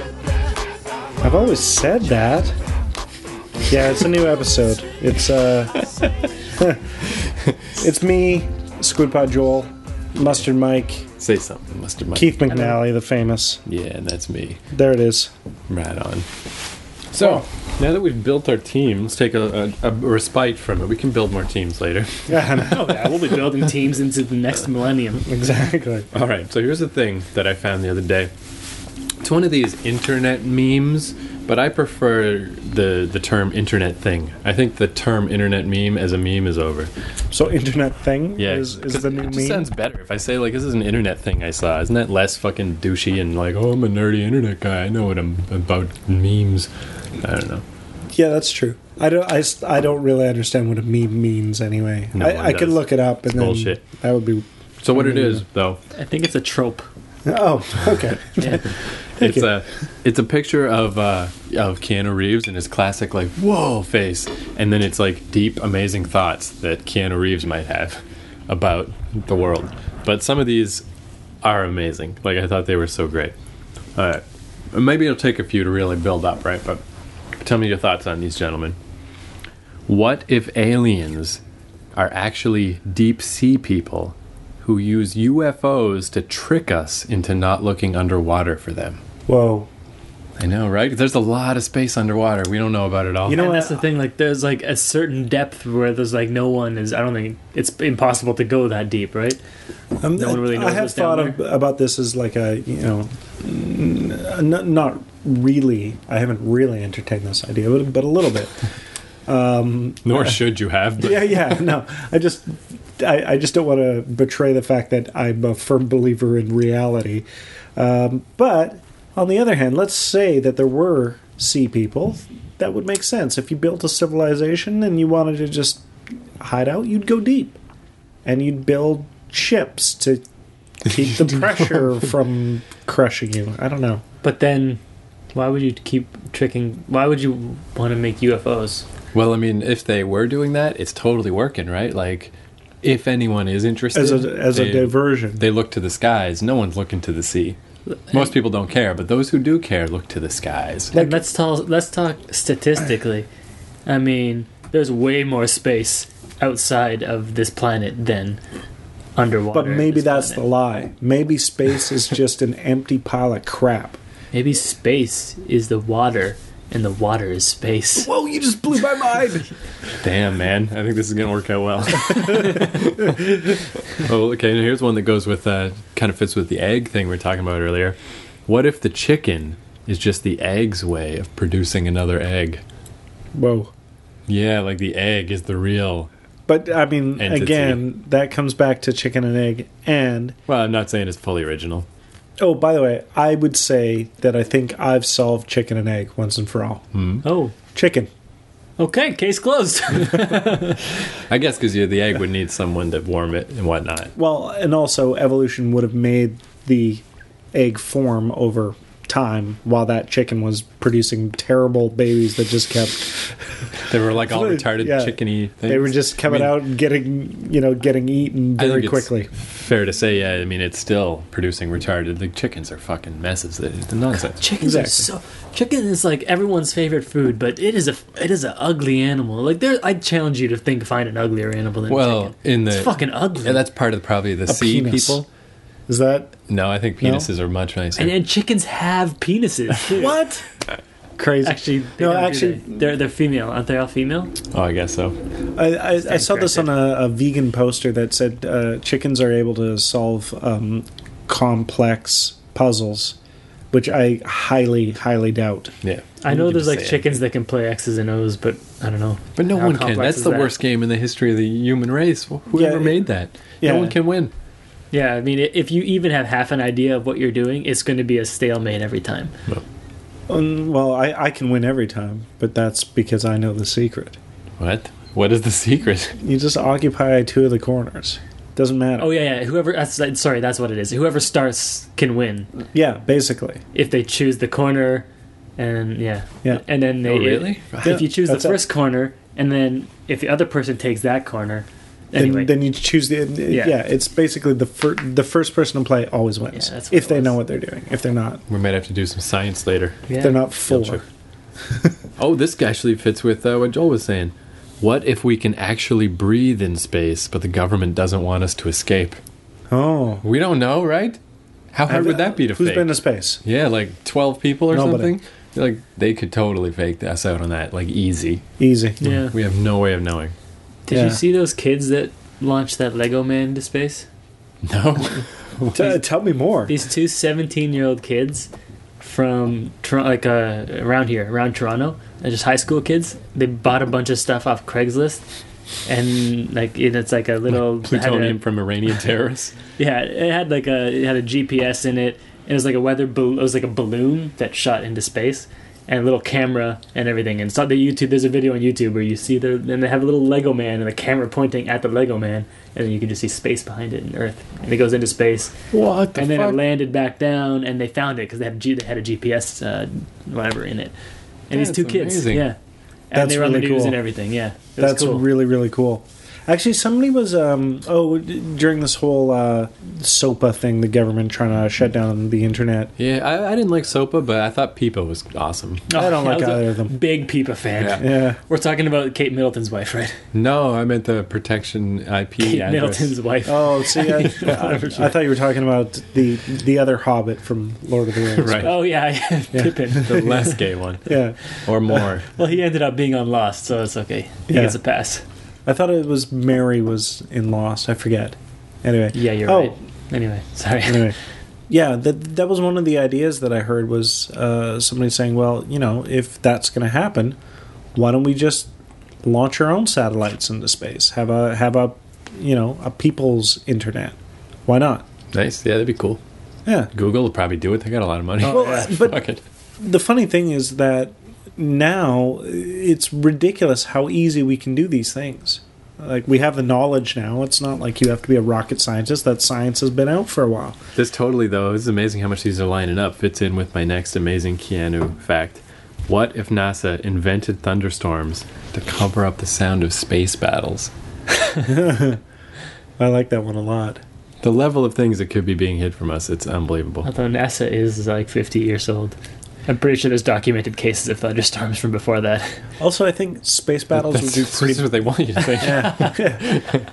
I've always said that. Yeah, it's a new episode. It's uh, it's me, Squidpot Joel, Mustard Mike, Say something, Mr. Mike. Keith McNally, the famous. Yeah, that's me. There it is. Right on. So, now that we've built our team, let's take a, a, a respite from it. We can build more teams later. Yeah, Oh yeah, we'll be building teams into the next millennium. Oh. exactly. All right, so here's the thing that I found the other day. It's one of these internet memes, but I prefer the the term internet thing. I think the term internet meme as a meme is over. So internet thing Yeah, is, is 'cause the new it meme. just sounds better if I say like this is an internet thing I saw. Isn't that less fucking douchey and like oh I'm a nerdy internet guy. I know what I'm about memes. I don't know. yeah, that's true. I don't. I, s- I don't really understand what a meme means anyway. No one I, I could does. look it up and then bullshit. that would be. So what it is though, I think it's a trope. Oh, okay. it's you. a it's a picture of uh, of Keanu Reeves and his classic like whoa face, and then it's like deep amazing thoughts that Keanu Reeves might have about the world. But some of these are amazing. Like I thought they were so great. All right, maybe it'll take a few to really build up, right? But tell me your thoughts on these gentlemen. What if aliens are actually deep sea people who use UFOs to trick us into not looking underwater for them? Whoa. I know, right? There's a lot of space underwater. We don't know about it all. You know and what? that's the thing. Like, there's like a certain depth where there's like no one is. I don't think it's impossible to go that deep, right? Um, No one really I- knows I have what's down thought ab- about this as like a you know, n- n- not really. I haven't really entertained this idea, but, but a little bit. nor should you have. But yeah, yeah. No, I just I, I just don't want to betray the fact that I'm a firm believer in reality. Um, but on the other hand, let's say that there were sea people. That would make sense if you built a civilization and you wanted to just hide out. You'd go deep, and you'd build ships to keep the pressure from crushing you. I don't know. But then, why would you keep tricking? Why would you want to make UFOs? Well, I mean, if they were doing that, it's totally working, right? Like, if anyone is interested, As a as they- a diversion. they look to the skies. No one's looking to the sea. Most people don't care, but those who do care look to the skies. and let's tell. Let's talk statistically. I mean, there's way more space outside of this planet than underwater. But maybe this that's the planet. lie. Maybe space is just an empty pile of crap. maybe space is the water, and the water is space. Whoa, you just blew my mind. Damn, man. I think this is going to work out well. oh, okay. Now here's one that goes with, uh, kind of fits with the egg thing we were talking about earlier. What if the chicken is just the egg's way of producing another egg? Whoa. Yeah, like the egg is the real. But I mean, Entity. again, that comes back to chicken and egg. And Well, I'm not saying it's fully original. oh, by the way, I would say that I think I've solved chicken and egg once and for all. Hmm. Oh, Chicken. okay. Case closed. I guess because the egg would need someone to warm it and whatnot. Well, and also evolution would have made the egg form over time while that chicken was producing terrible babies that just kept They were like all retarded Yeah. chickeny things. they were just coming mean- out and getting you know getting eaten I very think it's quickly Fair to say, yeah. I mean, it's still producing retarded. The chickens are fucking messes. It's nonsense. Chickens are Exactly. so. Chicken is like everyone's favorite food, but it is a it is an ugly animal. Like there, I challenge you to think find an uglier animal than Well, chicken. in the it's fucking ugly. Yeah, that's part of the, probably the sea penis. people. is that No, I think No? penises are much nicer. and, and chickens have penises. too. what crazy Actually, they No, don't, do actually- they? they're they're female, aren't they? All female. oh, I guess so. I, I, I saw this on corrected. a, a vegan poster that said uh, chickens are able to solve um, complex puzzles, which I highly, highly doubt. Yeah. I know there's like Say it. chickens that can play X's and O's, but I don't know. But no How one can. complex That's is the that? worst game in the history of the human race. Wh- Whoever Yeah. made that, Yeah. no one can win. Yeah, I mean, i- if you even have half an idea of what you're doing, it's going to be a stalemate every time. Um, well, I, I can win every time, but that's because I know the secret. What? What is the secret? You just occupy two of the corners. Doesn't matter. Oh yeah, yeah. Whoever that's that- sorry, that's what it is. Whoever starts can win yeah, basically. if they choose the corner, and yeah, Yeah. And then they Oh, really? if you choose the That's it. first corner, and then if the other person takes that corner, anyway, then, then you choose the yeah. Yeah. it's basically the fir- the first person to play always wins Yeah, that's what if it they was. know what they're doing. If they're not, We might have to do some science later. yeah. they're not Field four. trip. oh, this actually fits with uh, what Joel was saying. What if we can actually breathe in space, but the government doesn't want us to escape? Oh, uh, We don't know, right? How hard would that be to Who's fake? been to space? yeah, like twelve people or Nobody. something. Like they could totally fake us out on that, like easy. Easy. Yeah. We have no way of knowing. Did Yeah. you see those kids that launched that Lego man into space? No. T- tell me more. These two 17 year old kids from Tor- like uh, around here, around Toronto, they're just high school kids. They bought a bunch of stuff off Craigslist, and like it, it's like a little it had a- plutonium from Iranian terrorists. yeah, it had like a it had a GPS in it. It was like a weather bal- it was like a balloon that shot into space and a little camera and everything. And so the YouTube there's a video on YouTube where you see the and they have a little Lego man and a camera pointing at the Lego man and then you can just see space behind it and Earth and it goes into space What and then it landed back down and they found it because they had G- they had a GPS uh, whatever in it. And these That's two kids, amazing. yeah, and That's they were on the really news cool. and everything. Yeah, it was That's cool. really really cool. Actually, somebody was um oh d- during this whole uh, SOPA thing, the government trying to shut down the internet. Yeah, I, I didn't like SOPA, but I thought Peepa was awesome. I don't like Oh, was a either of them. Big Peepa fan. Yeah. Yeah, We're talking about Kate Middleton's wife, right? No, I meant the protection IP Kate address. Middleton's wife. Oh, see, I, I, I thought you were talking about the the other Hobbit from Lord of the Rings. Right. Oh yeah, yeah, Pippin. The less gay one, Yeah, or more. Well, he ended up being on Lost, so it's okay. He Yeah. gets a pass. I thought it was Mary was in Lost. I forget. Anyway. Yeah, you're Oh. right. Anyway, sorry. Anyway. Yeah, that that was one of the ideas that I heard was uh, somebody saying, "Well, you know, if that's going to happen, why don't we just launch our own satellites into space? Have a have a you know a people's internet? Why not? Nice. Yeah, that'd be cool. Yeah. Google will probably do it. They got a lot of money. Well, but Fuck it. the funny thing is that now it's ridiculous how easy we can do these things. Like we have the knowledge now. It's not like you have to be a rocket scientist. That science has been out for a while. This totally though. This is amazing how much these are lining up. Fits in with my next amazing Keanu fact. What if NASA invented thunderstorms to cover up the sound of space battles? I like that one a lot. The level of things that could be being hid from us, it's unbelievable. Although NASA is like 50 years old. I'm pretty sure there's documented cases of thunderstorms from before that. Also, I think space battles would That's do that's pretty. what they want you to think. yeah.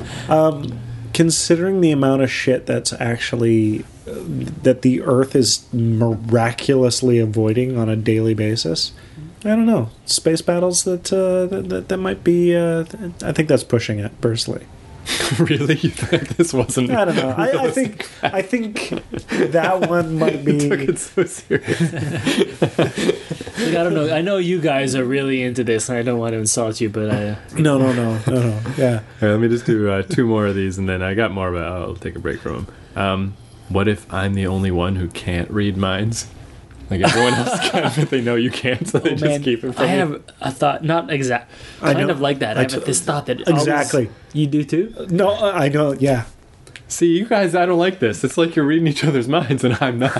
yeah. Um, considering the amount of shit that's actually uh, that the Earth is miraculously avoiding on a daily basis, I don't know. Space battles that uh, that, that that might be. Uh, th- I think that's pushing it personally. really? You thought this wasn't? I don't know. I, I think I think that one might You took be. it so serious. Like, I don't know. I know you guys are really into this, and I don't want to insult you, but I, No, no, no, no, no. Yeah. All right, let me just do uh, two more of these, and then I got more, but I'll take a break from them. Um, what if I'm the only one who can't read minds? Like everyone else can, but they know you can't, Oh, so they just man, keep it from I you. have a thought, not exact, I kind know. of like that. I, I have t- this thought that always- Exactly. you do too. No, I know. Yeah. See, you guys, I don't like this. It's like you're reading each other's minds, and I'm not.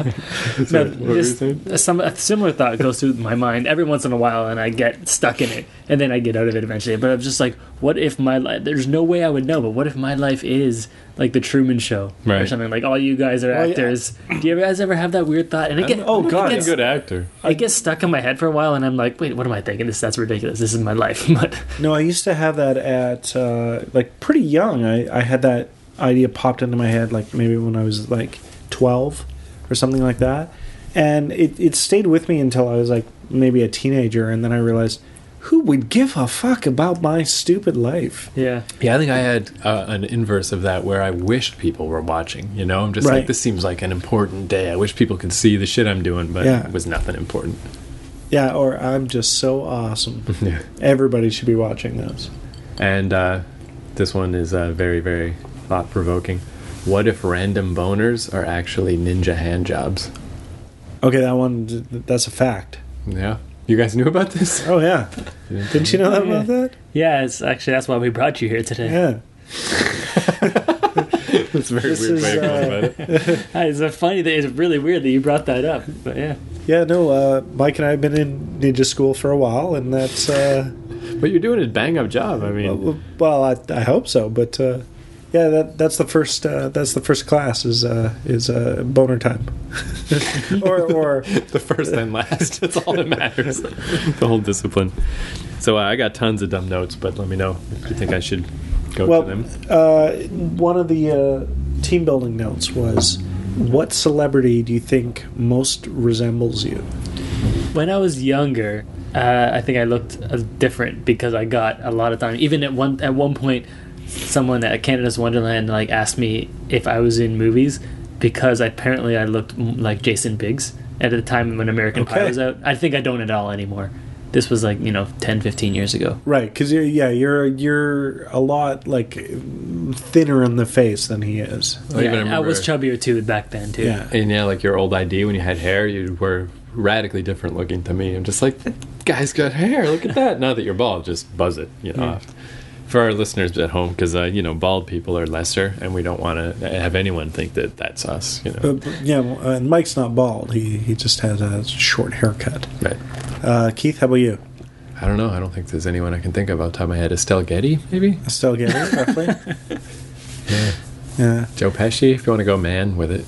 No, So, what were you this, saying? some a similar thought goes through my mind every once in a while, and I get stuck in it, and then I get out of it eventually. But I'm just like, what if my life? There's no way I would know. But what if my life is like the Truman Show or Right. something? Like all you guys are yeah. actors. Do you guys ever have that weird thought? And it get, oh, it God, I'm a gets- good actor. it gets stuck in my head for a while, and I'm like, wait, what am I thinking? This that's ridiculous. This is my life. But No, I used to have that at uh, like pretty young. I, I had that idea popped into my head like maybe when I was like 12 or something like that. And it, it stayed with me until I was like maybe a teenager. And then I realized who would give a fuck about my stupid life? yeah, Yeah, I think I had uh, an inverse of that where I wished people were watching. You know, I'm just Right. like, this seems like an important day. I wish people could see the shit I'm doing, but Yeah. it was nothing important. Yeah, or I'm just so awesome. Yeah. Everybody should be watching those. And uh, this one is uh, very, very thought provoking. What if random boners are actually ninja hand jobs? Okay, that one, th- that's a fact. Yeah. You guys knew about this? Oh, yeah. Didn't you know that about that? yeah. It's actually that's why we brought you here today. Yeah. It's a very This weird is, way of going uh, about it. Ah, It's a funny that it's really weird that you brought that up. But yeah, Yeah, no, uh, Mike and I have been in ninja school for a while, and that's uh, But you're doing a bang up job. I mean, well, well, I, I hope so. But uh, yeah, that that's the first uh, that's the first class is uh, is uh, boner time, or or the first and last. That's all that matters. the whole discipline. So uh, I got tons of dumb notes, but let me know if you think I should go well, to them. uh, one of the uh, team building notes was. What celebrity do you think most resembles you? when I was younger, uh, I think I looked uh, different because I got a lot of time. Even at one at one point, someone at Canada's Wonderland like asked me if I was in movies because apparently I looked m- like Jason Biggs at the time when American Okay. Pie was out. I think I don't at all anymore. This was like you know 10, 15 years ago. Right, because you're yeah you're you're a lot like thinner in the face than he is. I even yeah, I was remember- chubbier too back then too. Oh, Yeah, And yeah, like your old ID when you had hair, you were radically different looking to me. I'm just like, that guy's got hair. Look at that. now that you're bald, just buzz it, you know. Hmm. Off. For our listeners at home, because uh, you know, bald people are lesser, and we don't want to have anyone think that that's us. You know, But, but, yeah, and Mike's not bald. He he just has a short haircut. right? Uh, Keith, how about you? I don't know. I don't think there's anyone I can think of off the top of my head. Estelle Getty, maybe Still getting it roughly. yeah. Joe Pesci. If you want to go man with it,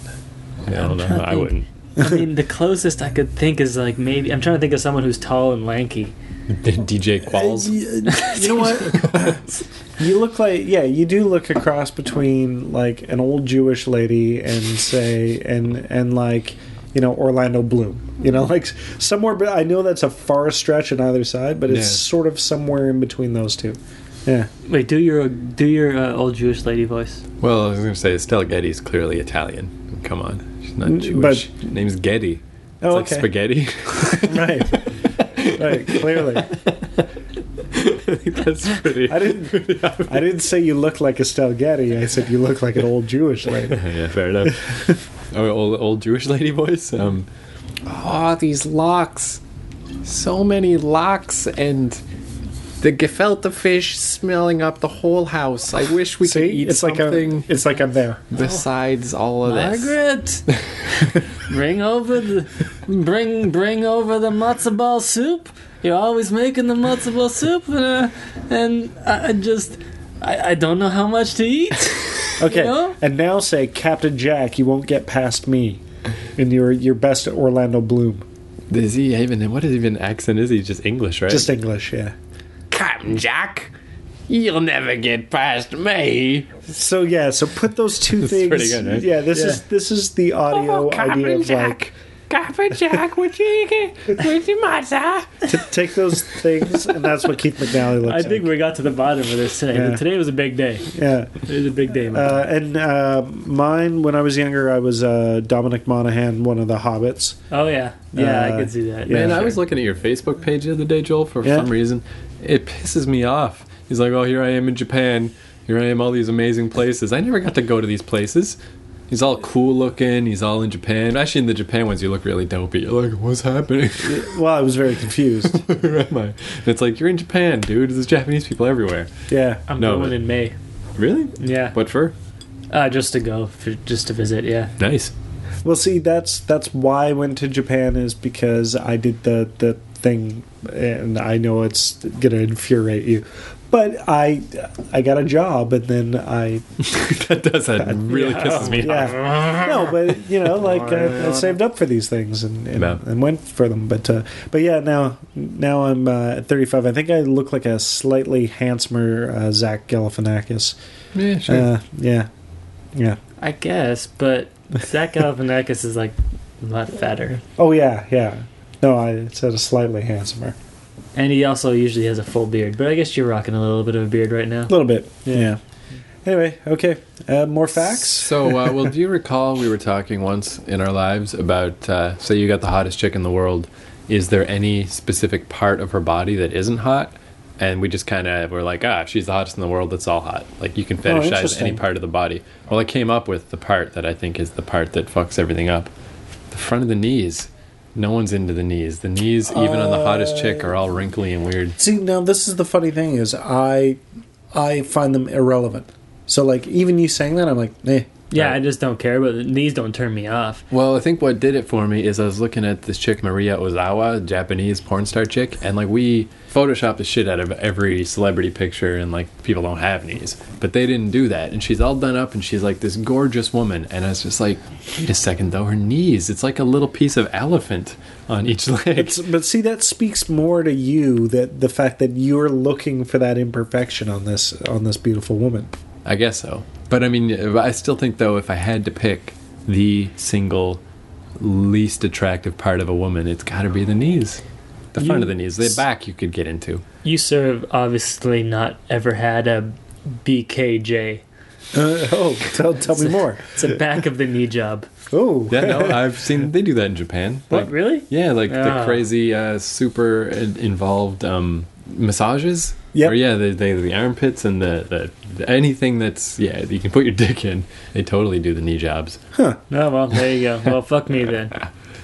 yeah, I don't know. trying to I think. wouldn't. I mean the closest I could think is like maybe I'm trying to think of someone who's tall and lanky. DJ Qualls. You, you know what? you look like yeah, you do look a cross between like an old Jewish lady and say and and like you know Orlando Bloom. You know, like somewhere. But I know that's a far stretch on either side, but it's Yeah. sort of somewhere in between those two. Yeah. Wait, do your do your uh, old Jewish lady voice. Well, I was going to say Estelle Getty's clearly Italian. Come on, she's not N- Jewish. Her name's Getty. It's Mm, Oh, like okay. spaghetti. Right. right. Clearly. I think that's pretty. I didn't. I didn't say you look like Estelle Getty. I said you look like an old Jewish lady. yeah, fair enough. oh, old, old Jewish lady voice. Um, oh, these locks. So many locks and the gefilte fish smelling up the whole house. I wish we could See, eat it's like Oh. something I'm. It's like I'm there. besides all of this. Margaret, bring over the bring bring over the matzo ball soup. You're always making the matzo ball soup, uh, and I, I just I, I don't know how much to eat. Okay. You know? And now say, Captain Jack, you won't get past me. In your your best Orlando Bloom, Is he even? What is even accent? Is he just English? Right? just English, yeah. Captain Jack. You'll never get past me. So yeah, so put those two That's things. pretty good, right? Oh, Yeah, this is this is the audio idea of like Captain Jack, would you get would you matter? t- take those things, and that's what Keith McNally looks I think like. we got to the bottom of this today. Yeah. Today was a big day. Yeah. It was a big day. Man. Uh, and uh, mine, when I was younger, I was uh, Dominic Monaghan, one of the hobbits. oh yeah, yeah, I uh, could see that. yeah. Man, I was looking at your Facebook page the other day, Joel, for Yeah. some reason. It pisses me off. He's like, Oh, here I am in Japan. Here I am, all these amazing places. I never got to go to these places. He's all cool looking. He's all in Japan. Actually, in the Japan ones, you look really dopey. You're like, what's happening? Well, I was very confused. Where am I? And it's like, you're in Japan, dude. There's Japanese people everywhere. Yeah. I'm No, going but- in May. Really? Yeah, What for? uh, just to go, for, just to visit. Yeah. Nice. Well, see, that's that's why I went to Japan is because I did the the thing, and I know it's gonna infuriate you, but I I got a job, and then I that does. That really pisses me off. yeah no, but you know, like I, I saved up for these things and and, No. and went for them, but uh, but yeah, now now I'm uh, at 35. I think I look like a slightly handsomer uh, Zach Galifianakis. Yeah, sure. Uh, yeah, yeah. I guess, but Zach Galifianakis is like a lot fatter, Oh yeah, yeah. No, I said a slightly handsomer. and he also usually has a full beard. But I guess you're rocking a little bit of a beard right now. A little bit. Yeah. Anyway, okay. Uh, more facts. So, uh, well, do you recall we were talking once in our lives about, uh, say, you got the hottest chick in the world. Is there any specific part of her body that isn't hot? And we just kind of were like, ah, if she's the hottest in the world, that's all hot. Like, you can fetishize Oh, interesting. any part of the body. Well, I came up with the part that I think is the part that fucks everything up the front of the knees. No one's into the knees. The knees, even on the hottest chick, are all wrinkly and weird. See, now this is the funny thing is I I find them irrelevant. So like even you saying that, I'm like, eh. Yeah, Right. I just don't care, but these don't turn me off. Well, I think what did it for me is I was looking at this chick Maria Ozawa, Japanese porn star chick, and like we photoshopped the shit out of every celebrity picture, and like people don't have knees, but they didn't do that, and she's all done up, and she's like this gorgeous woman, and I was just like, wait a second though, her knees—it's like a little piece of elephant on each leg. It's, but see, that speaks more to you that the fact that you're looking for that imperfection on this on this beautiful woman. I guess so. But I mean, I still think though, if I had to pick the single least attractive part of a woman, it's got to be the knees, the front of the knees. The back you could get into. You, sir, have obviously not ever had a BKJ. Uh, oh, tell tell me more. It's a back of the knee job. Oh, Yeah, no, I've seen they do that in Japan. What, Like- really? Yeah, like the Ah. crazy, uh, super in- involved um, massages. Yep. Or, yeah, they, they the armpits and the, the anything that's yeah you can put your dick in. They totally do the knee jobs. Oh, well, there you go. Well, fuck me then.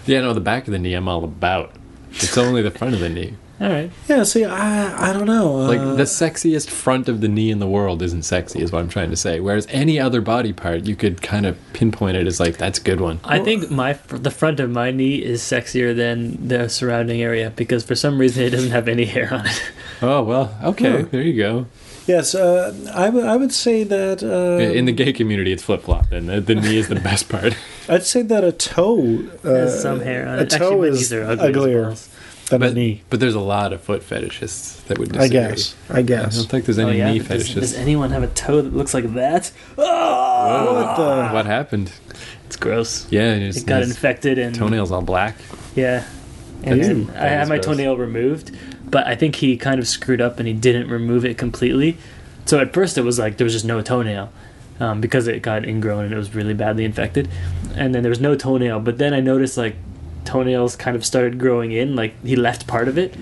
Yeah, no, the back of the knee I'm all about. It's only the front of the knee. All right. yeah. See, I I don't know. Like uh, the sexiest front of the knee in the world isn't sexy, is what I'm trying to say. Whereas any other body part, you could kind of pinpoint it as like that's a good one. I think my the front of my knee is sexier than the surrounding area because for some reason it doesn't have any hair on it. Oh well, okay, Hmm. there you go. yes, uh, I would I would say that uh, in the gay community, it's flip flop, and the, the knee is the best part. I'd say that a toe uh, Has some hair on a it. Actually, toe my is knees are ugly as uglier. balls. than a But, knee. but there's a lot of foot fetishists that would disagree. I guess. I I guess. don't think there's Oh, any yeah? knee does, fetishists. does anyone have a toe that looks like that? Ah! What the- what happened? It's gross. Yeah, his, It got his infected and toenails all black. yeah, and That's- then I that had is my gross. toenail removed, but I think he kind of screwed up and he didn't remove it completely. So at first it was like there was just no toenail um, because it got ingrown and it was really badly infected, and then there was no toenail. But then I noticed like toenails kind of started growing in, like he left part of it.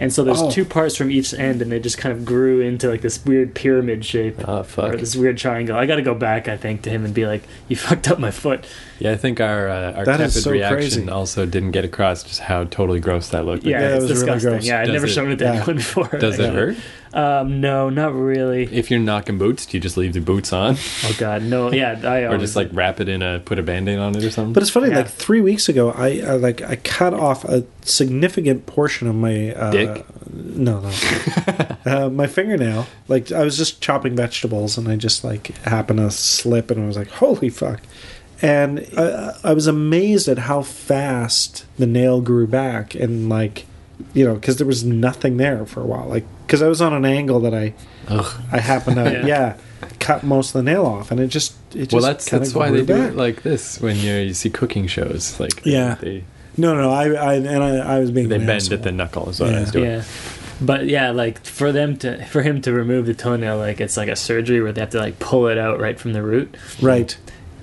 And so there's Oh. two parts from each end, and they just kind of grew into like this weird pyramid shape Oh or fuck! this weird triangle. I got to go back, I think, to him and be like, "You fucked up my foot." Yeah, I think our uh, our That is tepid so reaction crazy. also didn't get across just how totally gross that looked. Yeah, that it's was really disgusting. gross. yeah, I'd Does never it- shown it to yeah. anyone before. Does it Yeah. hurt? Um, no, not really. If you're knocking boots, do you just leave the boots on, Oh God, no. Yeah, I or always, just like wrap it in a put a band-aid on it or something? But it's funny. Yeah. Like three weeks ago, I, I like I cut off a significant portion of my uh, Dick? No, no, uh, my fingernail. Like I was just chopping vegetables, and I just like happened to slip, and I was like, "Holy fuck!" And I, I was amazed at how fast the nail grew back, and like you know, because there was nothing there for a while. Like because I was on an angle that I Ugh. I happened to yeah. Yeah. cut most of the nail off, and it just it just well, that's kinda that's why grew they do back. it like this when you you see cooking shows. Like Yeah. they No, no, I, I and I, I was being they an bend asshole. at the knuckle is what I was Yeah. doing. yeah. But yeah, like for them to for him to remove the toenail, like it's like a surgery where they have to like pull it out right from the root. right.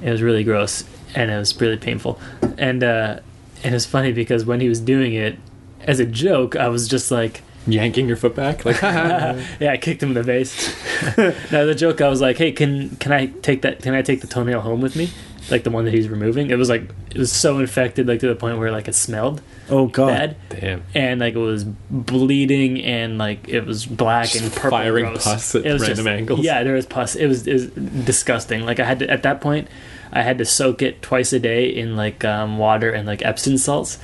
It was really gross and it was really painful. And uh, and it was funny because when he was doing it as a joke, I was just like, Yanking your foot back, like haha. yeah, I kicked him in the face. now the joke, I was like, "Hey, can can I take that? Can I take the toenail home with me? Like the one that he's removing? It was like it was so infected, like to the point where like it smelled Oh God. bad, damn. and like it was bleeding, and like it was black and purple, firing gross. pus at it was random angles. Yeah, there was pus. It was it was disgusting. Like I had to at that point, I had to soak it twice a day in like um, water and like Epsom salts.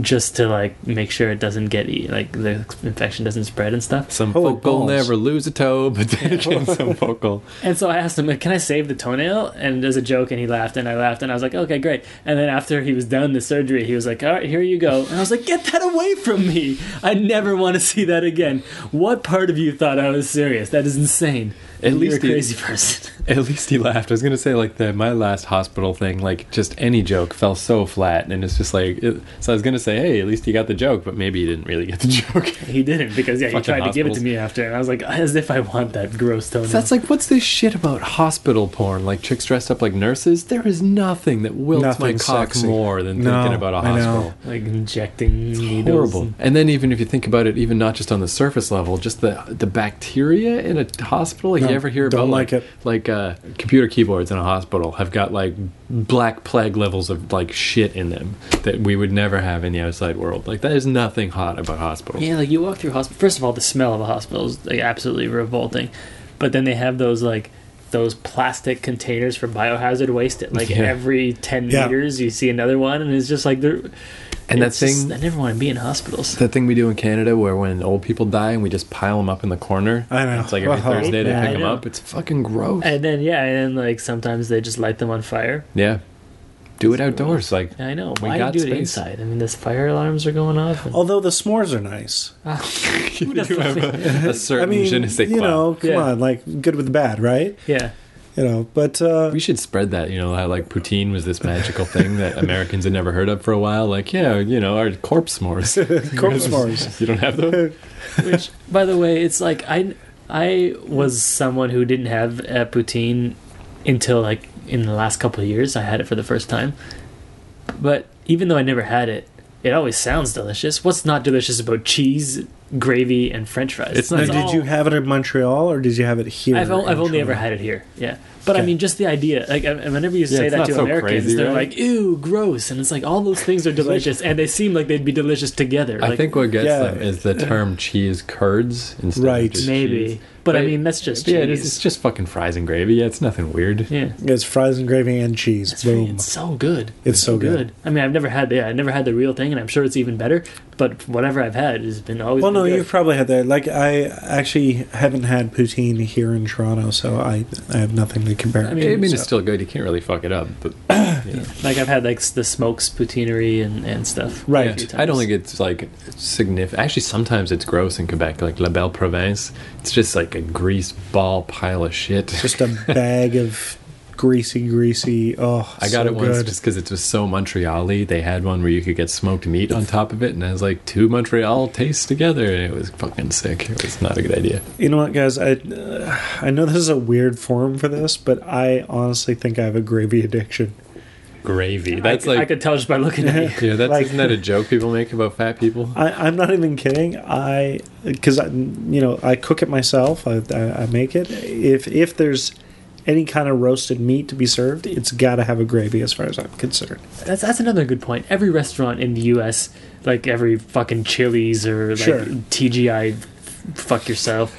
Just to like make sure it doesn't get e- like the infection doesn't spread and stuff. Some Holy folk will balls. never lose a toe, but then again, some folk will. And so I asked him, "Can I save the toenail?" And as a joke, and he laughed, and I laughed, and I was like, "Okay, great." And then after he was done the surgery, he was like, "All right, here you go." And I was like, "Get that away from me! I never want to see that again." What part of you thought I was serious? That is insane. At least you're he- a crazy person. At least he laughed. I was gonna say like the my last hospital thing, like just any joke fell so flat, and it's just like. It, so I was gonna say, hey, at least he got the joke, but maybe he didn't really get the joke. he didn't because yeah, he Fucking tried to give it to hospitals. me after, and I was like, "As if I want that gross toenail." That's like, what's this shit about hospital porn? Like chicks dressed up like nurses? There is nothing that wilts Nothing my cock sexy. more than No, thinking about a I know. hospital. like injecting needles. Horrible. And then even if you think about it, even not just on the surface level, just the the bacteria in a hospital. Like No, you ever hear don't about like it. like uh, computer keyboards in a hospital have got like black plague levels of like shit in them that we would never have in the outside world. Like that is nothing hot about hospitals. Yeah, like you walk through hospital. First of all, the smell of a hospital is like absolutely revolting, but then they have those like those plastic containers for biohazard waste at like Yeah. every 10 Yeah. meters you see another one and it's just like they're And that it's just- thing- i never want to be in hospitals That thing we do in Canada where when old people die and we just pile them up in the corner. I know. It's like every Oh, Thursday they yeah, pick I them know. up. It's fucking Eh. gross. and then yeah and then like sometimes they just light them on fire yeah. Do it outdoors. Like, i know We why got do it space. inside i mean those fire alarms are going off and- Although the s'mores are nice. you does have a, a certain I mean, je ne sais you quoi. know, come Yeah. on, like good with the bad, right? yeah You know, but uh, We should spread that, you know, how like poutine was this magical thing that Americans had never heard of for a while. Like, yeah, you know, our corpse s'mores. corpse s'mores. you don't have those? Which, by the way, it's like I I was someone who didn't have a poutine until like in the last couple of years. I had it for the first time, but even though I never had it, it always sounds delicious. What's not delicious about cheese, gravy, and French fries? It's not- Now, That's did all- you have it in Montreal or did you have it here? I've, o- in I've only ever Toronto? had it here. Yeah. But I Okay. mean, just the idea. Like, I- and whenever you say it's that not to so Americans, crazy, they're right? like, ew, gross. And it's like, all those things are delicious, and they seem like they'd be delicious together. I Like, think what gets Yeah. them is the term cheese curds instead Right. of just maybe. cheese. But, I But- mean, that's just Yeah, it cheese. is, it's just fucking fries and gravy. Yeah, it's nothing weird. yeah. It's fries and gravy and cheese. It's, Boom. free- it's so good. It's so good. I mean, I've never had the I never had the real thing, and I'm sure it's even better. But whatever I've had has been always. Well, been no, good. you've probably had that. Like, I actually haven't had poutine here in Toronto, so I I have nothing to compare. I it I mean, to, so. it's still good. You can't really fuck it up. But like I've had like s- the smokes poutinery and and stuff. Right. a few times. I don't think it's like significant. Actually, sometimes it's gross in Quebec, like La Belle Province. It's just like a grease ball pile of shit. just a bag of greasy, greasy. Oh, I so got it once good. just because it was so Montreal y. They had one where you could get smoked meat on top of it, and I was like, two Montreal tastes together. And it was fucking sick. It was not a good idea. You know what, guys? I uh, I know this is a weird form for this, but I honestly think I have a gravy addiction. Gravy. I, That's c- I like. could tell just by looking at you. yeah, that's like- isn't that a joke people make about fat people? I, I'm not even kidding. I because I you know I cook it myself. I, I, I make it. If if there's any kind of roasted meat to be served, it's got to have a gravy, as far as I'm concerned. That's that's another good point. Every restaurant in the U.S., like every fucking Chili's or like Sure. TGI, fuck yourself.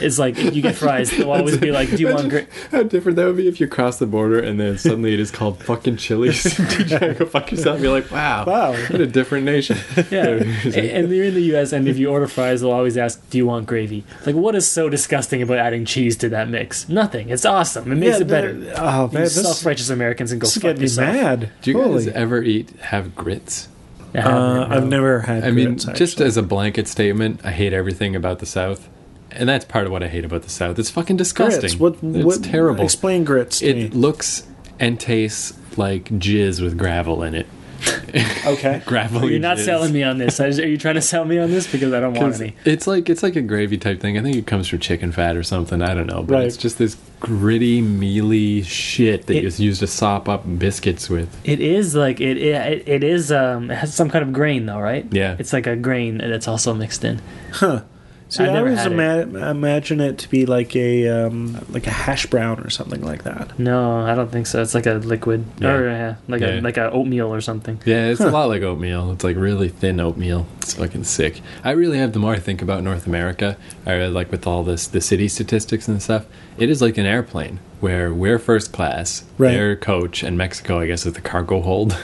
It's like you get fries. They'll always be like, "Do you want?" Gra-? How different that would be if you cross the border and then suddenly it is called fucking Chili's. DJ, go fuck yourself. You're like, wow, Wow. what a different nation. Yeah, and and you're in the U.S. and if you order fries, they'll always ask, "Do you want gravy?" Like, what is so disgusting about adding cheese to that mix? Nothing. It's awesome. It makes Yeah, it better. they're- You Oh man, this, this self-righteous Americans and go is fuck getting me yourself. mad. Do you Holy. guys ever eat have grits? I haven't, Uh, I've no. never had. I mean, grits, just actually. as a blanket statement, I hate everything about the South, and that's part of what I hate about the South. It's fucking disgusting. grits. What? it's what, terrible. Explain grits to it me. looks and tastes like jizz with gravel in it. Okay. Gravel. You're not jizz. selling me on this. I just- Are you trying to sell me on this? Because I don't want any. It's like it's like a gravy type thing. I think it comes from chicken fat or something. I don't know, but Right. it's just this gritty, mealy shit that It- is used to sop up biscuits with. It is like it. It, it is. Um, it has some kind of grain though, right? Yeah. It's like a grain that's also mixed in. See, I've I never always had it. ima- imagine it to be like a um, like a hash brown or something like that. No, I don't think so. It's like a liquid, Yeah. or yeah, like a Yeah. like a oatmeal or something. Yeah, it's a lot like oatmeal. It's like really thin oatmeal. It's fucking sick. I really have the more I think about North America, or like with all this the city statistics and stuff, it is like an airplane where we're first class, Right. their coach, and Mexico, I guess, is the cargo hold.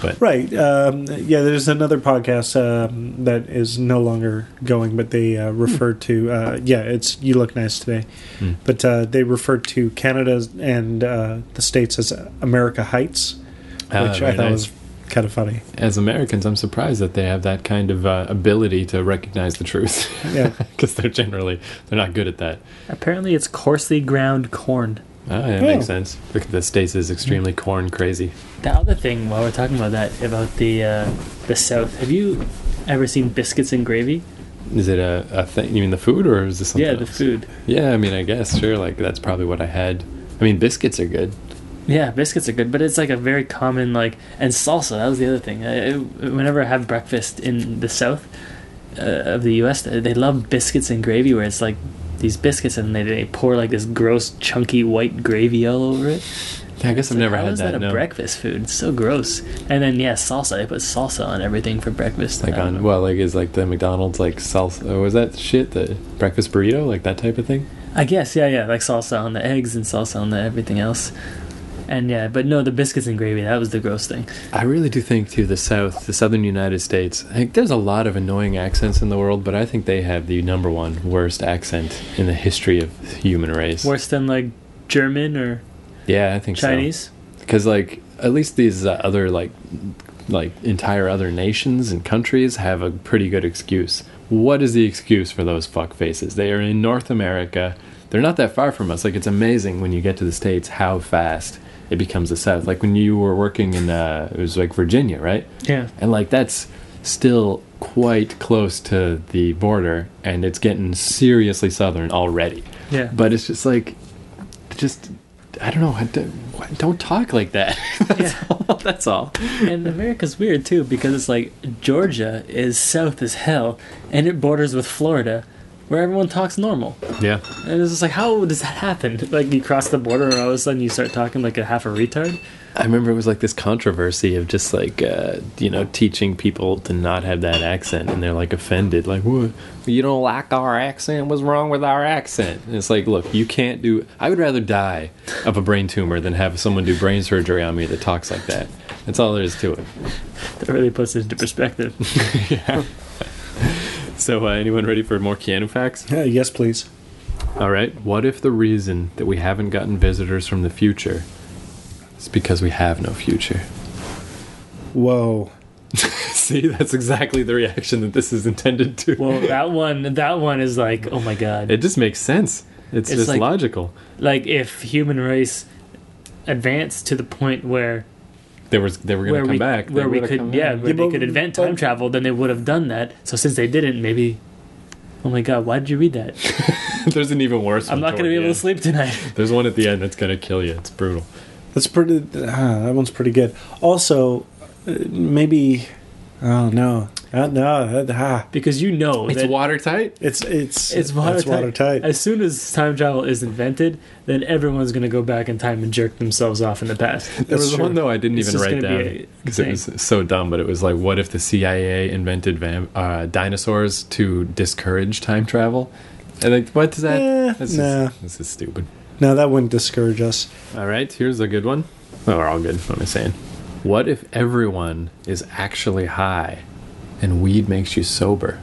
But Right. Um, yeah. There's another podcast um, that is no longer going, but they uh, refer to. Uh, yeah, it's you look nice today, Hmm. but uh, they refer to Canada and uh, the states as America Heights, which Ah, I very thought nice. was kind of funny. as Americans, I'm surprised that they have that kind of uh, ability to recognize the truth. Yeah. because they're generally they're not good at that. Apparently, it's coarsely ground corn. Ah, yeah, it Oh. makes sense. Because the states is extremely corn crazy. The other thing, while we're talking about that, about the uh, the South, have you ever seen biscuits and gravy? Is it a, a thing? You mean the food, or is this something? yeah, the else? food. Yeah, I mean, I guess sure. Like that's probably what I had. I mean, biscuits are good. Yeah, biscuits are good, but it's like a very common like and salsa. That was the other thing. I, I- whenever I have breakfast in the South uh, of the U.S., they they love biscuits and gravy, where it's like these biscuits and they they pour like this gross chunky white gravy all over it. Yeah, I guess I've Like, never how had is that. a no. breakfast food. It's so gross. And then yeah, salsa. They put salsa on everything for breakfast. Like I don't on know. oh, well, like is like the McDonald's like salsa. Was that shit the breakfast burrito like that type of thing? I guess, yeah, yeah, like salsa on the eggs and salsa on the everything else. And yeah, but no, the biscuits and gravy, that was the gross thing. I really do think too the South, the Southern United States. I think there's a lot of annoying accents in the world, but I think they have the number one worst accent in the history of the human race. Worse than like German or Yeah, I think Chinese. Because like at least these uh, other like like entire other nations and countries have a pretty good excuse. What is the excuse for those fuck faces? They are in North America. They're not that far from us. Like it's amazing when you get to the states how fast it becomes the South. Like when you were working in uh, it was like Virginia, right? Yeah. and like that's still quite close to the border and it's getting seriously southern already Yeah. but it's just like just i don't know I don't, what- don't talk like that that's, all, that's all and America's weird too because it's like Georgia is south as hell and it borders with Florida where everyone talks normal. yeah And it's just like, how does that happen? Like, you cross the border and all of a sudden you start talking like a half a retard? i remember it was like this controversy of just like uh, you know teaching people to not have that accent and they're like offended like what you don't like our accent what's wrong with our accent and it's like look you can't do i would rather die of a brain tumor than have someone do brain surgery on me that talks like that that's all there is to it That really puts it into perspective. So, uh, anyone ready for more Keanu facts? Uh, yes, please. All right. What if the reason that we haven't gotten visitors from the future is because we have no future? Whoa. See, that's exactly the reaction that this is intended to. well, that one, that one is like, oh my god. it just makes sense. It's, It's just like- logical. like, if human race advanced to the point where They were they were going to where come we back. They where we would've come could yeah back. where Yeah, they but- could invent time but- travel, then they would have done that. So since they didn't, maybe. Oh my god! Why did you read that? There's an even worse. one I'm not going to toward the be able to end. sleep tonight. There's one at the end that's going to kill you. It's brutal. That's pretty. Uh, that one's pretty good. Also, uh, maybe. Oh no! Uh, no! Uh, ah. Because you know It's that watertight. It's it's it's watertight. It's watertight. As soon as time travel is invented, then everyone's going to go back in time and jerk themselves off in the past. There That's was true. one though I didn't It's even just write gonna be down a because it was so dumb. But it was like, what if the CIA invented vam- uh, dinosaurs to discourage time travel? And like, what does that? Eh, this, nah. is, this is stupid. No, that wouldn't discourage us. All right, here's a good one. Oh, we're all good. What am I saying? What if everyone is actually high, and weed makes you sober?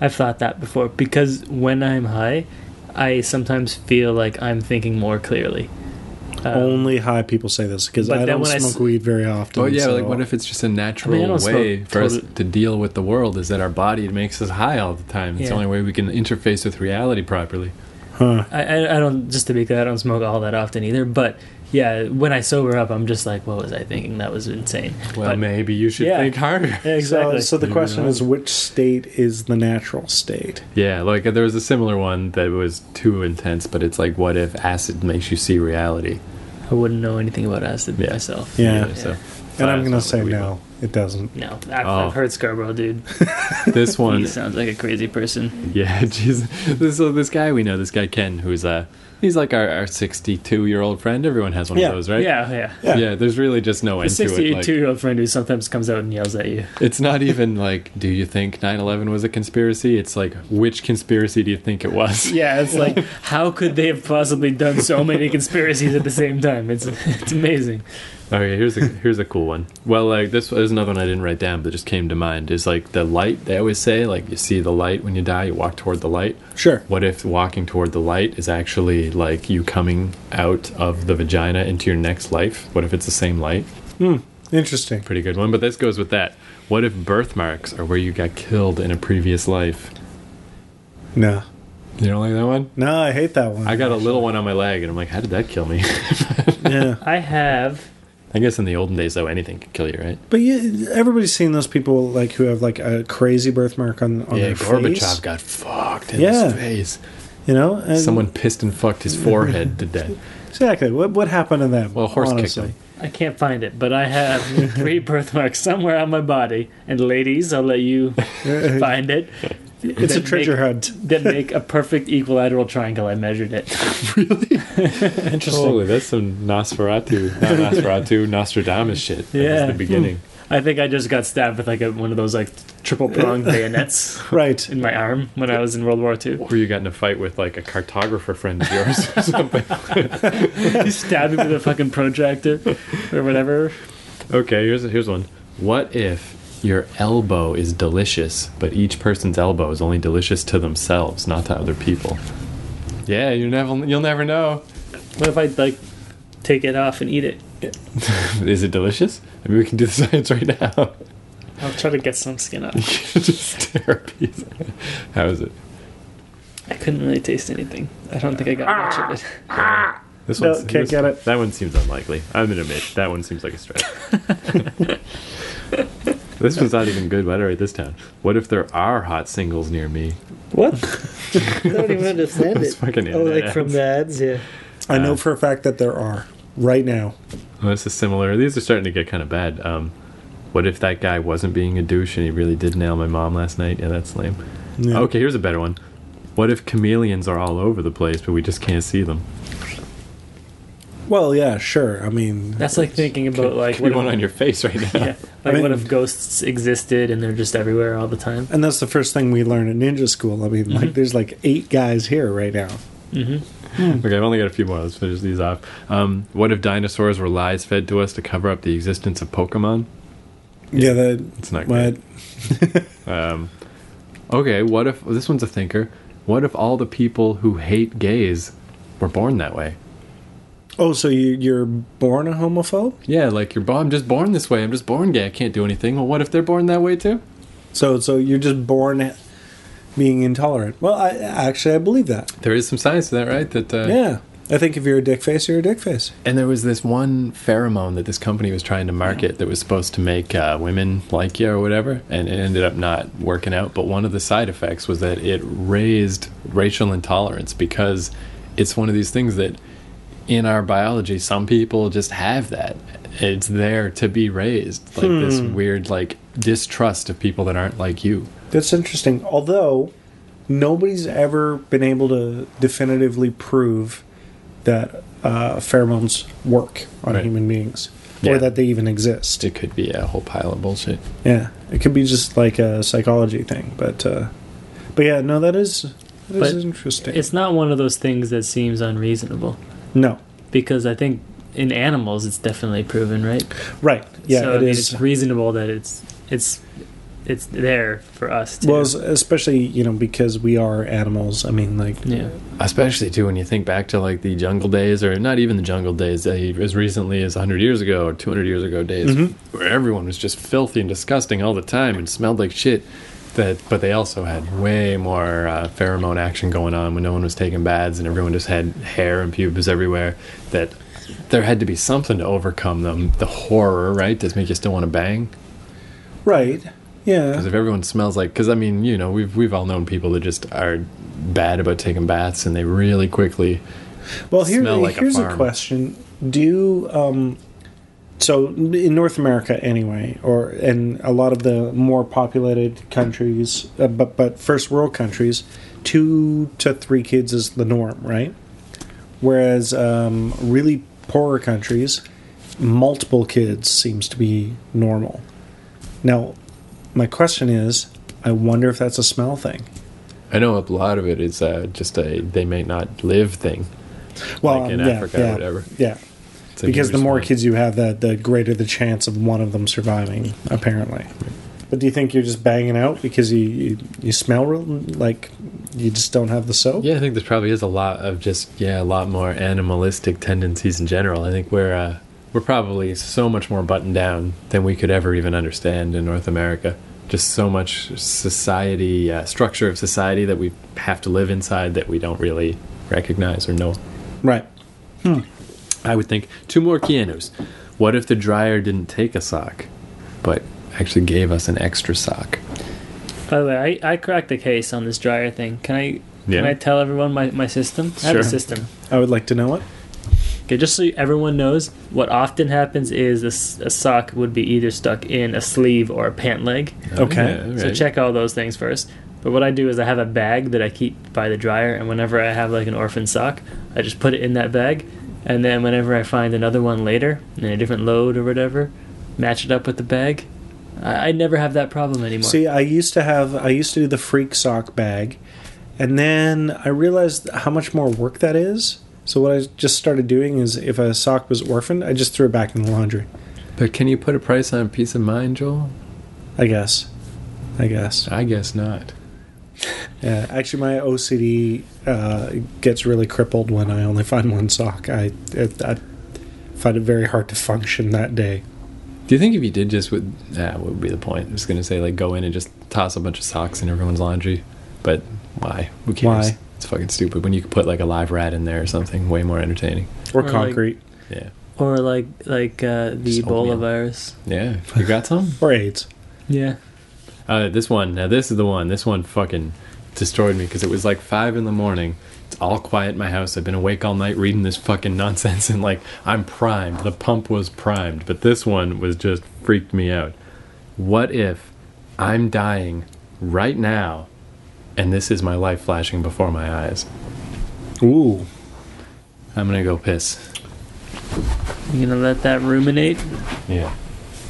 I've thought that before because when I'm high, I sometimes feel like I'm thinking more clearly. Um, Only high people say this because but I then don't when I smoke s- weed very often. Oh yeah, so- like what if it's just a natural I mean, I don't way smoke for us total- to deal with the world? Is that our body makes us high all the time? It's the Yeah. only way we can interface with reality properly. Huh. I, I I don't just to be clear, I don't smoke all that often either. But yeah, when I sober up, I'm just like, what was I thinking? That was insane. Well, But- maybe you should Yeah. think harder. Yeah, exactly. So, so the You're question right. is, which state is the natural state? Yeah, like there was a similar one that was too intense, but it's like, what if acid makes you see reality? I wouldn't know anything about acid Yeah. myself. Yeah. Yeah, so And I'm that's gonna not say what we no, it doesn't. No, I've, Oh. I've heard Scarborough, dude. want. This He one, sounds like a crazy person. yeah, jeez. This, so this guy we know, this guy Ken, who's uh, he's like our our sixty-two year old friend. Everyone has one Yeah. of those, right? Yeah, yeah. yeah. there's really just no A end to it. 62 like- year old friend who sometimes comes out and yells at you. It's not even like, do you think 9/11 was a conspiracy? It's like, which conspiracy do you think it was? Yeah, it's like, how could they have possibly done so many conspiracies at the same time? It's it's amazing. Okay, here's a here's a cool one. Well, like this there's another one I didn't write down, but just came to mind. Is like the light. They always say like you see the light when you die, you walk toward the light. Sure. What if walking toward the light is actually like you coming out of the vagina into your next life? What if it's the same light? Interesting. Pretty good one. But this goes with that. What if birthmarks are where you got killed in a previous life? No, You don't like that one? no, I hate that one. I got a little one on my leg, and I'm like, how did that kill me? yeah, I have. I guess in the olden days, though, anything could kill you, right? but you, everybody's seen those people like who have like a crazy birthmark on on Yeah, their Gorbachev face. got fucked in Yeah. his face. You know, and Someone pissed and fucked his forehead to death. exactly. What what happened to them? Well, a horse kicked honestly? him. I can't find it, but I have three birthmarks somewhere on my body. And ladies, I'll let you find it. It's a treasure hunt. That make a perfect equilateral triangle. I measured it. Interesting. Holy, that's some Nosferatu, not Nosferatu, Nostradamus shit. That was Yeah. the beginning. I think I just got stabbed with like a, one of those like triple pronged bayonets Right. in my arm when I was in World War II. Or you got in a fight with like a cartographer friend of yours or something. He stabbed me with a fucking protractor or whatever. Okay, here's here's one. What if your elbow is delicious, but each person's elbow is only delicious to themselves, not to other people? Yeah, you never you'll never know. What if I like take it off and eat it? is it delicious? I mean, we can do the science right now. I'll try to get some skin off. Just stare at these. How is it? I couldn't really taste anything. I don't think I got much of it. This No, one's- can't this- get it. That one seems unlikely. I'm gonna admit that one seems like a stretch. this one's not even good weather at this town. What if there are hot singles near me? What? I don't even understand That's it. fucking Oh, like internet from ads. the ads, yeah. I know for a fact that there are right now. Well, this is similar. These are starting to get kind of bad. Um, what if that guy wasn't being a douche and he really did nail my mom last night? Yeah, that's lame. Yeah. Okay, here's a better one. What if chameleons are all over the place, but we just can't see them? Well, yeah, sure. I mean, That's like thinking about like Put what one if, on your face right now. yeah, like I what mean- if ghosts existed and they're just everywhere all the time? and that's the first thing we learn at ninja school. I mean, like, there's like eight guys here right now. Okay, I've only got a few more. Let's finish these off. Um, what if dinosaurs were lies fed to us to cover up the existence of Pokemon? Yeah, that It's not what? good. Um, okay, what if this one's a thinker? What if all the people who hate gays were born that way? Oh, so you you're born a homophobe? Yeah, like you're. Bo- I'm just born this way. I'm just born gay. I can't do anything. Well, what if they're born that way too? So so you're just born being intolerant. Well, I actually I believe that. There is some science to that, right? That uh, Yeah. I think if you're a dick face, you're a dick face. And there was this one pheromone that this company was trying to market that was supposed to make uh, women like you or whatever, and it ended up not working out. But one of the side effects was that it raised racial intolerance because it's one of these things that in our biology, some people just have that. It's there to be raised, like this weird like distrust of people that aren't like you. That's interesting. Although nobody's ever been able to definitively prove that uh, pheromones work on Right. human beings Yeah. or that they even exist. It could be a whole pile of bullshit. Yeah, it could be just like a psychology thing, but uh, but yeah, no, that is that is But interesting. It's not one of those things that seems unreasonable no, because I think in animals it's definitely proven, right? right? Yeah, so, I it mean, is. It's reasonable that it's it's it's there for us. Too. Well, es- especially you know because we are animals. I mean, like yeah, especially too when you think back to like the jungle days or not even the jungle days uh, as recently as 100 years ago or 200 years ago days where everyone was just filthy and disgusting all the time and smelled like shit that but they also had way more uh, pheromone action going on when no one was taking baths and everyone just had hair and pubes everywhere that there had to be something to overcome them the horror right to make you still want to bang right? because Yeah, if everyone smells like, because I mean, you know, we've we've all known people that just are bad about taking baths, and they really quickly well, here, smell like a here's a, farm. question: Do um, so in North America anyway, or and a lot of the more populated countries, uh, but but first world countries, two to three kids is the norm, right? Whereas um, really poorer countries, multiple kids seems to be normal. Now, my question is, I wonder if that's a smell thing. I know a lot of it is uh, just a they may not live thing. Well, Like in um, yeah, Africa or yeah, whatever. Yeah, It's a because the huge more thing. kids you have, the the greater the chance of one of them surviving. Apparently. But do you think you're just banging out because you you, you smell real, like you just don't have the soap? Yeah, I think there probably is a lot of just yeah, a lot more animalistic tendencies in general. I think we're uh, we're probably so much more buttoned down than we could ever even understand in North America. Just so much society uh, structure of society that we have to live inside that we don't really recognize or know. Right. I would think two more Keanu's. What if the dryer didn't take a sock, but actually gave us an extra sock? By the way, I, I cracked the case on this dryer thing. Can I Yeah. can I tell everyone my, my system? I have Sure. a system. I would like to know it. Okay, just so everyone knows, what often happens is a, s- a sock would be either stuck in a sleeve or a pant leg. Okay. Yeah, So right. check all those things first. But what I do is I have a bag that I keep by the dryer, and whenever I have like an orphan sock, I just put it in that bag, and then whenever I find another one later in a different load or whatever, match it up with the bag, I, I never have that problem anymore. See, I used to have I used to do the freak sock bag, and then I realized how much more work that is. So what I just started doing is, if a sock was orphaned, I just threw it back in the laundry. But can you put a price on peace of mind, Joel? I guess. I guess. I guess not. Yeah. Actually, my OCD uh, gets really crippled when I only find one sock. I, it, I find it very hard to function that day. Do you think if you did just would ah, what would be the point? I was gonna say like go in and just toss a bunch of socks in everyone's laundry, but why? Who cares? Why? It's fucking stupid when you could put like a live rat in there or something. Way more entertaining. Or, Or like- concrete. Yeah. or like like uh, the Just oatmeal. Ebola virus. Yeah. You got some? or AIDS. Yeah. Uh, this one. Now this is the one. This one fucking destroyed me because it was like five in the morning. It's all quiet in my house. I've been awake all night reading this fucking nonsense, and like I'm primed. The pump was primed, but this one was just freaked me out. What if I'm dying right now, and this is my life flashing before my eyes? Ooh. I'm gonna go piss. You gonna let that ruminate? Yeah.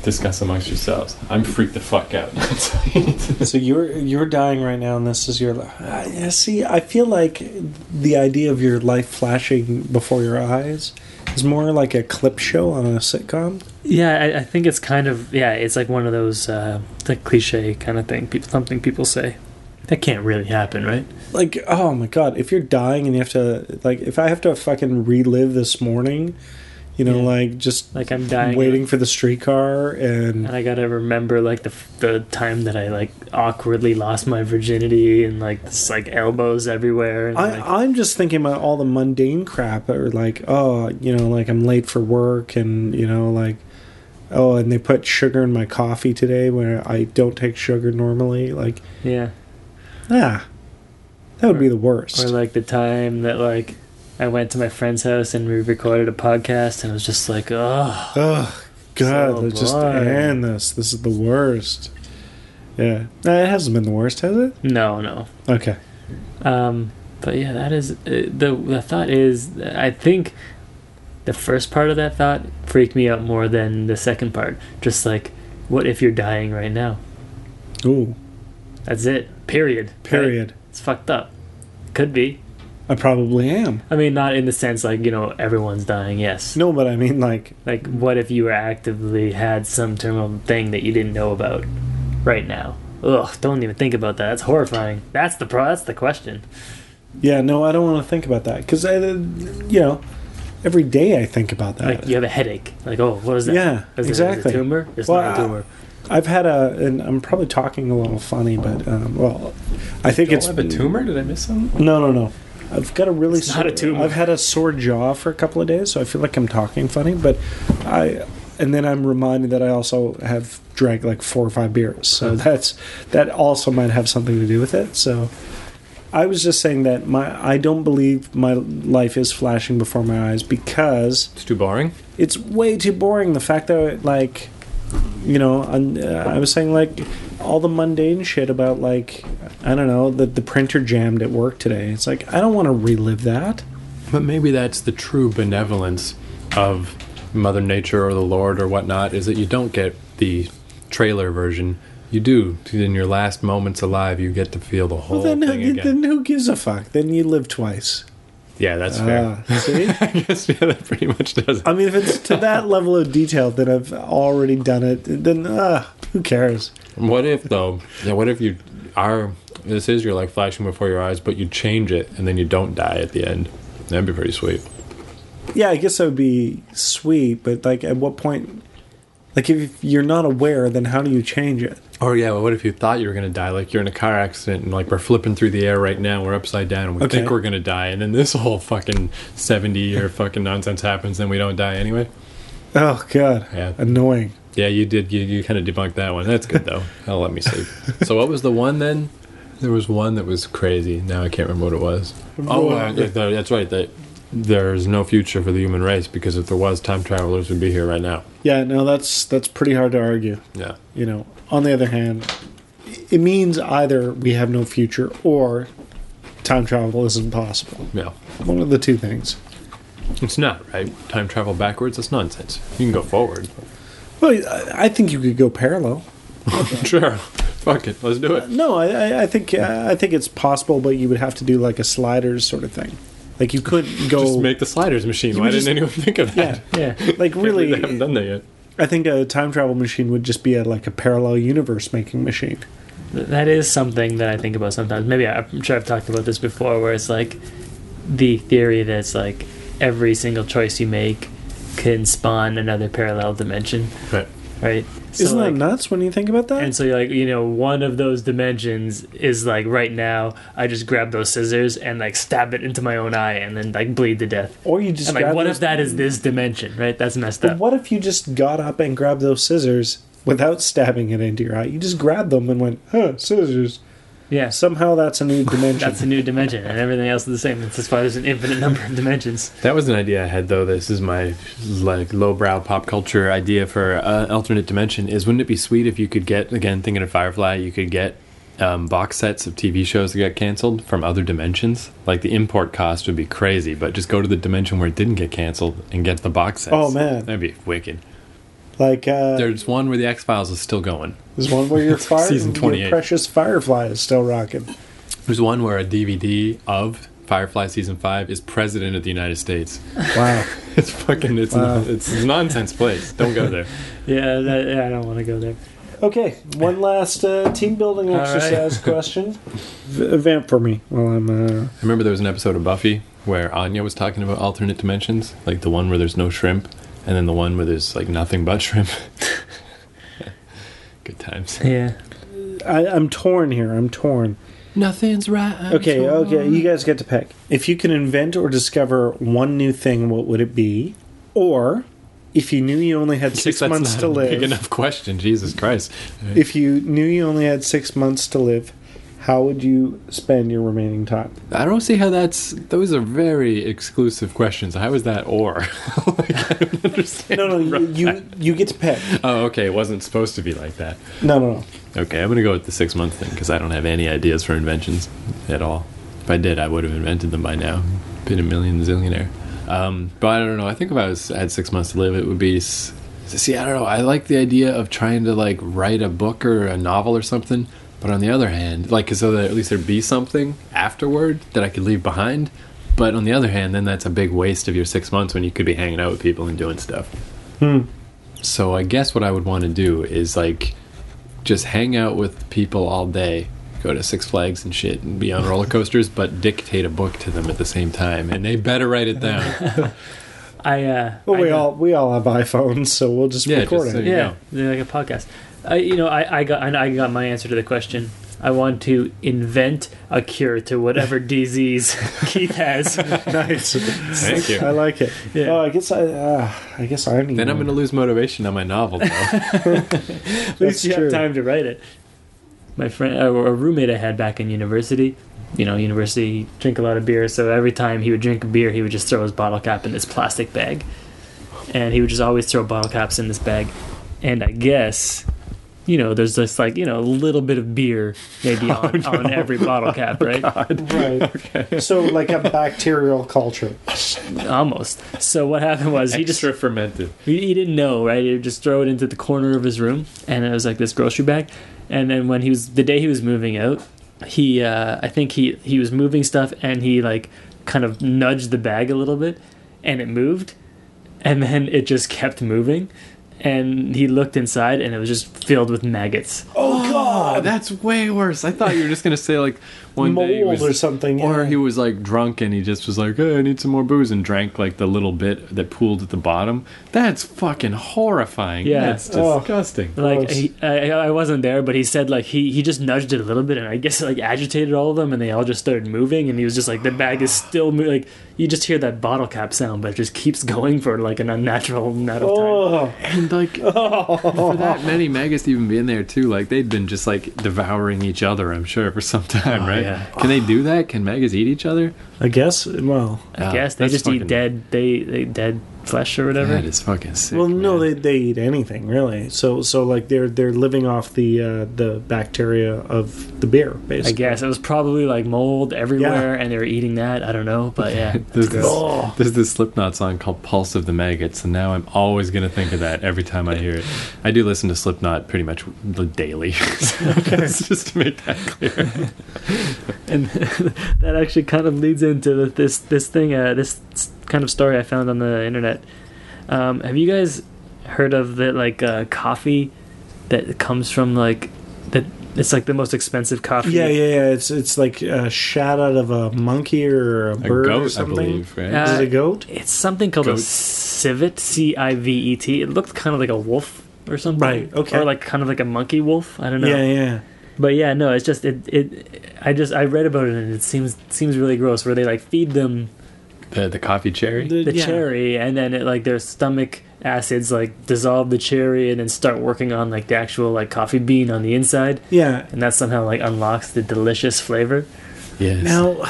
Discuss amongst yourselves. I'm freaked the fuck out. So you're you're dying right now, and this is your. li- I, I see, I feel like the idea of your life flashing before your eyes is more like a clip show on a sitcom. Yeah, I, I think it's kind of yeah. It's like one of those uh, the cliche kind of thing. People, something people say that can't really happen, right? Like, oh my god, if you're dying and you have to, like, if I have to fucking relive this morning, you know, Yeah. like just Like I'm dying, waiting for the streetcar and and I gotta remember like the f- the time that I like awkwardly lost my virginity and like this, like elbows everywhere. And, like, I, I'm just thinking about all the mundane crap or like, oh, you know, like I'm late for work and, you know, like, oh, and they put sugar in my coffee today where I don't take sugar normally. Like, yeah, ah, that would be the or worst. like the time that like I went to my friend's house and we recorded a podcast and it was just like, oh, Oh, God, So let's just boring. end this. This is the worst. Yeah. Nah, it hasn't been the worst, has it? no, no, Okay. Um, but yeah, that is uh, the the thought is I think the first part of that thought freaked me out more than the second part. Just like, what if you're dying right now? Ooh, That's it. Period. period. Right? It's fucked up. Could be. I probably am. I mean, not in the sense like you know everyone's dying. Yes. No, but I mean, like, Like, what if you were actively had some terminal thing that you didn't know about right now? Ugh! Don't even think about that. That's horrifying. That's the pro. That's the question. yeah, no, I don't want to think about that because I, you know, every day I think about that. Like you have a headache. Like oh, what is that? Yeah, Is it- is it exactly. a tumor? It's Well, not a I- tumor. I've had a, and I'm probably talking a little funny, but um, well, I think it's tumor? Did I miss something? No, no, no. I've got a really It's not a tumor. I've had a sore jaw for a couple of days, so I feel like I'm talking funny, but I. And then I'm reminded that I also have drank like four or five beers, so Mm-hmm. that's that also might have something to do with it. So, I was just saying that my I don't believe my life is flashing before my eyes because It's too boring. it's way too boring. The fact that like, you know, I'm, uh, I was saying like all the mundane shit about like I don't know the the printer jammed at work today. It's like I don't want to relive that. But maybe that's the true benevolence of Mother Nature or the Lord or whatnot, is that you don't get the trailer version. You do. In your last moments alive, you get to feel the whole Well, then thing who, again. then who gives a fuck? Then you live twice. yeah, that's fair. Ah, see. I guess, yeah, that pretty much does it. I mean, if it's to that level of detail, then I've already done it. Then uh, who cares? What if, though, yeah, what if you are, this is your like flashing before your eyes, but you change it and then you don't die at the end? That'd be pretty sweet. Yeah, I guess that would be sweet, but like, at what point? Like, if you're not aware, then how do you change it? Or Oh, yeah, well, what if you thought you were gonna die? Like you're in a car accident and like we're flipping through the air right now. We're upside down. and We Okay. think we're gonna die, and then this whole fucking seventy year fucking nonsense happens, and we don't die anyway. Oh God, Yeah. annoying. Yeah, you did. You, you kind of debunked that one. That's good though. I'll let me sleep. So what was the one then? There was one that was crazy. Now I can't remember what it was. Oh, uh, yeah, the- that's right. That there's no future for the human race because if there was, time travelers would be here right now. Yeah, no, that's that's pretty hard to argue. Yeah. You know, on the other hand, it means either we have no future or time travel isn't possible. Yeah. One of the two things. It's not right. Time travel backwards. That's nonsense. You can go forward. Well, I- I think you could go parallel. sure. Fuck it. Let's do it. No, I, I- I think I think it's possible, but you would have to do like a sliders sort of thing. Like you couldn't go Just make the sliders machine. You Why would just- didn't anyone think of that? yeah, Yeah. like Can't believe they really. haven't done that yet. I think a time travel machine would just be a, like a parallel universe making machine. That is something that I think about sometimes. Maybe I- I'm sure I've talked about this before, where it's like the theory that's like every single choice you make can spawn another parallel dimension, Right. right? So, Isn't like- that nuts when you think about that? And so, like you know, one of those dimensions is like right now. I just grab those scissors and like stab it into my own eye, and then like bleed to death. or you just And like, grab what those- if that is this dimension? Right? That's messed But up. what if you just got up and grabbed those scissors without stabbing it into your eye? You just grabbed them and went, huh, scissors. Yeah. Somehow that's a new dimension. That's a new dimension, and everything else is the same. That's why there's an infinite number of dimensions. That was an idea I had though. This is my like lowbrow pop culture idea for uh, alternate dimension. Is wouldn't it be sweet if you could get again thinking of Firefly, you could get um, box sets of TV shows that got canceled from other dimensions. Like the import cost would be crazy, but just go to the dimension where it didn't get canceled and get the box sets. Oh, man. that'd be wicked. like, uh, There's one where the X Files is still going. there's one where your, fire, Season your 28. precious firefly is still rocking. There's one where a DVD of Firefly season five is president of the United States. Wow. It's fucking it's Wow. it's nonsense place. Don't go there. Yeah, that, yeah I don't want to go there. Okay, one last uh, team building All right. exercise question. V- vamp for me while I'm. Uh, I remember there was an episode of Buffy where Anya was talking about alternate dimensions, like the one where there's no shrimp, and then the one where there's like nothing but shrimp. Good times. Yeah. I, I'm torn here. I'm torn. Nothing's right. Okay, okay, you guys get to pick. If you could invent or discover one new thing, what would it be? Or if you knew you only had six months to live, Big enough question. Jesus Christ. if you knew you only had six months to live, how would you spend your remaining time? I don't see how that's. Those are very exclusive questions. How is that or? like, I don't understand. No, no, you you, you get to pick. Oh, okay. It wasn't supposed to be like that. No, no, no. Okay, I'm gonna go with the six month thing because I don't have any ideas for inventions at all. If I did, I would have invented them by now. Been a million zillionaire. Um, but I don't know. I think if I was had six months to live, it would be. s- See, I don't know. I like the idea of trying to like write a book or a novel or something. But on the other hand, like so that at least there'd be something afterward that I could leave behind. But on the other hand, then that's a big waste of your six months when you could be hanging out with people and doing stuff. So I guess what I would want to do is like just hang out with people all day, go to Six Flags and shit, and be on roller coasters, but dictate a book to them at the same time, and they better write it down. I uh Well, I we know- all we all have iPhones, so we'll just Yeah, record just so it. you- yeah, know. they're like a podcast. I you know I I got I I got my answer to the question. I want to invent a cure to whatever disease Keith has. nice. Thank I you. like it. Yeah. Oh, I guess I. Uh, I guess I need. Then I'm going to lose motivation on my novel. Though. At least you have time to write it. My friend, uh, or a roommate I had back in university. You know, university drink a lot of beer, so every time he would drink a beer, he would just throw his bottle cap in this plastic bag, and he would just always throw bottle caps in this bag. And I guess, you know, there's just like you know a little bit of beer maybe on, on every bottle cap, right? Right. So like a bacterial culture. Almost. So what happened was he just Extra fermented. He, he didn't know, right? He would just throw it into the corner of his room, and it was like this grocery bag. And then when he was the day he was moving out, he uh, I think he he was moving stuff, and he like kind of nudged the bag a little bit, and it moved, and then it just kept moving. And he looked inside, and it was just filled with maggots. Oh Oh, God! that's way worse. I thought you were just going to say like one day he Mold was, or something. Or yeah. he was like drunk and he just was like, "Hey, I need some more booze," and drank like the little bit that pooled at the bottom. That's fucking horrifying. Yeah. that's Oh. disgusting. Like Gross. he, I, I wasn't there, but he said like he he just nudged it a little bit, and I guess it like agitated all of them, and they all just started moving, and he was just like the bag is still mo- like you just hear that bottle cap sound, but it just keeps going for like an unnatural amount of time. Oh, And like for that many maggots to even be in there too, like they'd been just like devouring each other, I'm sure, for some time, right? Oh, yeah. Can they do that? Can maggots eat each other? I guess. Well, I guess they just eat dead they, they dead flesh or whatever. That is fucking sick. well, no, man. they, they eat anything really. So so like they're they're living off the uh, the bacteria of the beer, I basically. guess it was probably like mold everywhere, and they were eating that. I don't know, but yeah, There's this, Oh. there's this Slipknot song called Pulse of the Maggots, and now I'm always going to think of that every time I hear it. I do listen to Slipknot pretty much daily. so just to make that clear. and that actually kind of leads into this this thing, uh, this kind of story I found on the internet. Um, have you guys heard of the like uh, coffee that comes from like that? It's like the most expensive coffee. Yeah, yeah, yeah. It's it's like a shot out of a monkey or a A bird or goat, I something. believe, right? Uh, Is it a goat? It's something called a Goat. civet, C I V E T. It looked kind of like a wolf or something, Right, okay. Or like kind of like a monkey wolf. I don't know. Yeah, yeah. But yeah, no, it's just it. It. I just I read about it and it seems seems really gross. Where they like feed them the, the coffee cherry? the yeah. cherry and then it like their stomach acids like dissolve the cherry and then start working on like the actual like coffee bean on the inside Yeah. and that somehow like unlocks the delicious flavor. yes. Now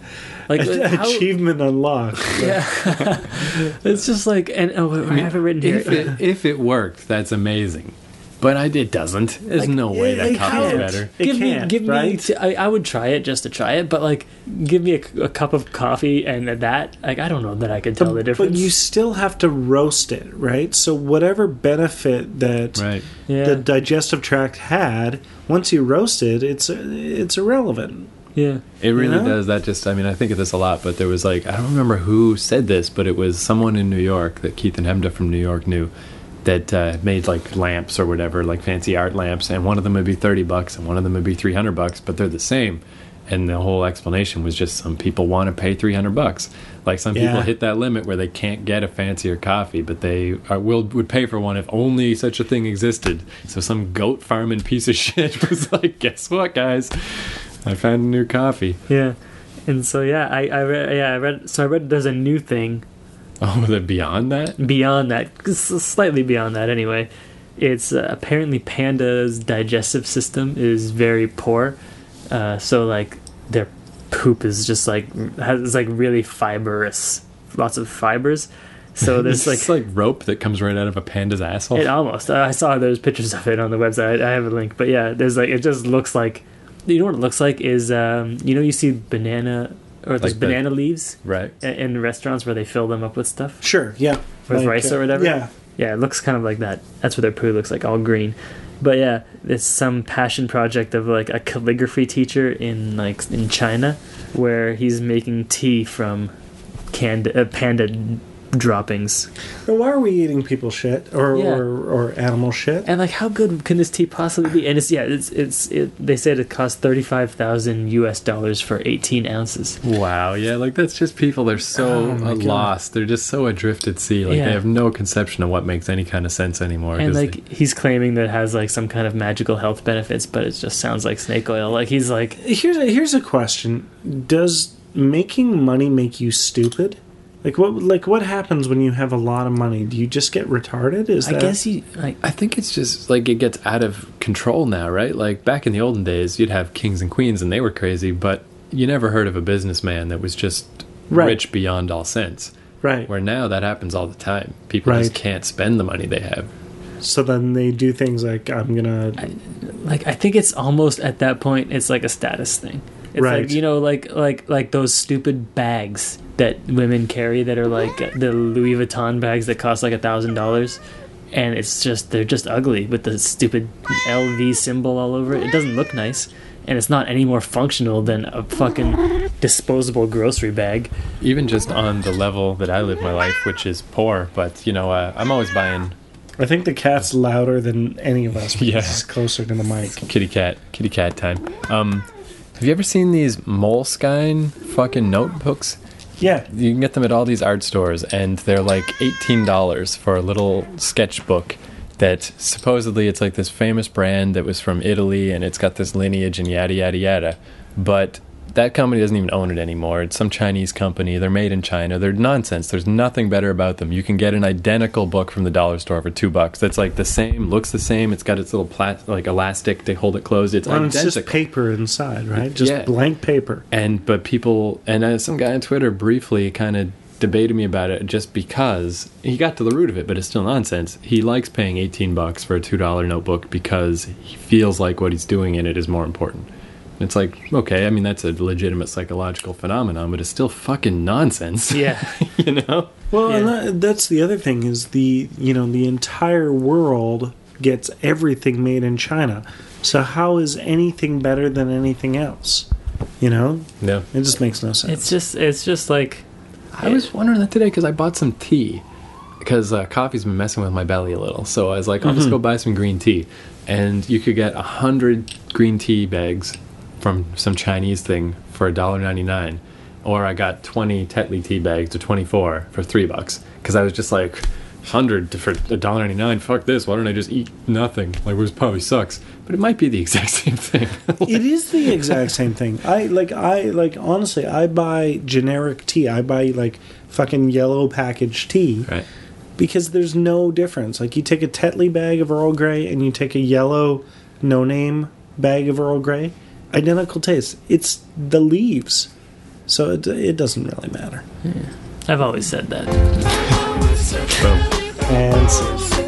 Like how, achievement unlocked. it's just like and oh wait, I, have it written here. if, it, if it worked, that's amazing. But I, it doesn't. There's no way it- that it coffee's can't. better. It give me, can't, give me. right? T- I, I would try it just to try it, but like, give me a, c- a cup of coffee and that. Like, I don't know that I could tell the difference. But you still have to roast it, right? So whatever benefit that Right. yeah. the digestive tract had, once you roast it, it's it's irrelevant. yeah. It really know? does. That just, I mean, I think of this a lot, but there was like, I don't remember who said this, but it was someone in New York that Keith and Hemda from New York knew that uh, made like lamps or whatever, like fancy art lamps, and one of them would be 30 bucks and one of them would be 300 bucks, but they're the same. And the whole explanation was just some people want to pay 300 bucks. Like some people Yeah. hit that limit where they can't get a fancier coffee, but they are, will would pay for one if only such a thing existed. So some goat farming piece of shit was like, guess what, guys? I found a new coffee. Yeah, and so yeah, I I read yeah I read so I read there's a new thing Oh, the beyond that? beyond that, s- slightly beyond that anyway. It's uh, apparently panda's digestive system is very poor, uh, so like their poop is just like has is, like really fibrous, lots of fibers. So there's It's like like, oh. like rope that comes right out of a panda's asshole. It almost. uh, I saw those pictures of it on the website. I have a link, but yeah, there's like it just looks like. You know what it looks like is um, you know you see banana or those Like the- banana leaves right. i- in restaurants where they fill them up with stuff Sure, yeah. with Like, rice uh, or whatever. Yeah. yeah, it looks kind of like that. That's what their poo looks like, all green. But yeah, it's some passion project of like a calligraphy teacher in like in China, where he's making tea from canned uh, panda droppings But why are we eating people shit or Yeah. or, or animal shit? And like, how good can this tea possibly be? And it's yeah, it's it's it, they said it costs thirty five thousand U.S. dollars for eighteen ounces. Wow, yeah, like that's just people. They're so uh, lost. They're just so adrift at sea. Like Oh Yeah. they have no conception of what makes any kind of sense anymore. And 'cause like, he's claiming that it has like some kind of magical health benefits, but it just sounds like snake oil. Like he's like, Here's a, here's a question: Does making money make you stupid? Like what like what happens when you have a lot of money? Do you just get retarded? Is I that guess he like, I think it's just like it gets out of control now, right? Like back in the olden days, you'd have kings and queens and they were crazy, but you never heard of a businessman that was just Right. rich beyond all sense. right? Where now that happens all the time. People just Right. can't spend the money they have. So then they do things like I'm gonna like I think it's almost at that point, it's like a status thing. It's Right. like you know, like like like those stupid bags that women carry that are like the Louis Vuitton bags that cost like a thousand dollars, and it's just they're just ugly with the stupid LV symbol all over it. It doesn't look nice, and it's not any more functional than a fucking disposable grocery bag. even just on the level that I live my life, which is poor. But you know, uh, I'm always buying I think the cat's louder than any of us because Yeah. it's closer to the mic. kitty cat, kitty cat time. Um, have you ever seen these moleskine fucking notebooks? Yeah. You can get them at all these art stores, and they're like eighteen dollars for a little sketchbook. That supposedly it's like this famous brand that was from Italy, and it's got this lineage and yada yada yada. But That company doesn't even own it anymore. It's some Chinese company. They're made in China. They're nonsense. There's nothing better about them. You can get an identical book from the dollar store for two bucks. That's like the same, looks the same. It's got its little plat- like elastic to hold it closed. It's Well, it's identical. just paper inside, right? Just Yeah. blank paper. and but people and uh, some guy on Twitter briefly kind of debated me about it just because he got to the root of it, but it's still nonsense. He likes paying eighteen bucks for a two dollar notebook because he feels like what he's doing in it is more important. And It's like okay, I mean that's a legitimate psychological phenomenon, but it's still fucking nonsense. Yeah. you know. Well, and Yeah. that, that's the other thing is the you know the entire world gets everything made in China. So how is anything better than anything else? You know, No. it just makes no sense. It's just it's just like I was wondering that today because I bought some tea because uh, coffee's been messing with my belly a little. So I was like, I'll just go buy some green tea, and you could get a hundred green tea bags from some Chinese thing for $1.99. or I got twenty Tetley tea bags to twenty four for three bucks because I was just like. Hundred for a dollar ninety nine. Fuck this. Why don't I just eat nothing? Like, which probably sucks, but it might be the exact same thing. it is the exact same thing. I like I like honestly, I buy generic tea. I buy like fucking yellow packaged tea right? because there's no difference. Like you take a Tetley bag of Earl Grey and you take a yellow no name bag of Earl Grey, identical taste. It's the leaves. So it, it doesn't really matter. I've always said that. Boom. And so-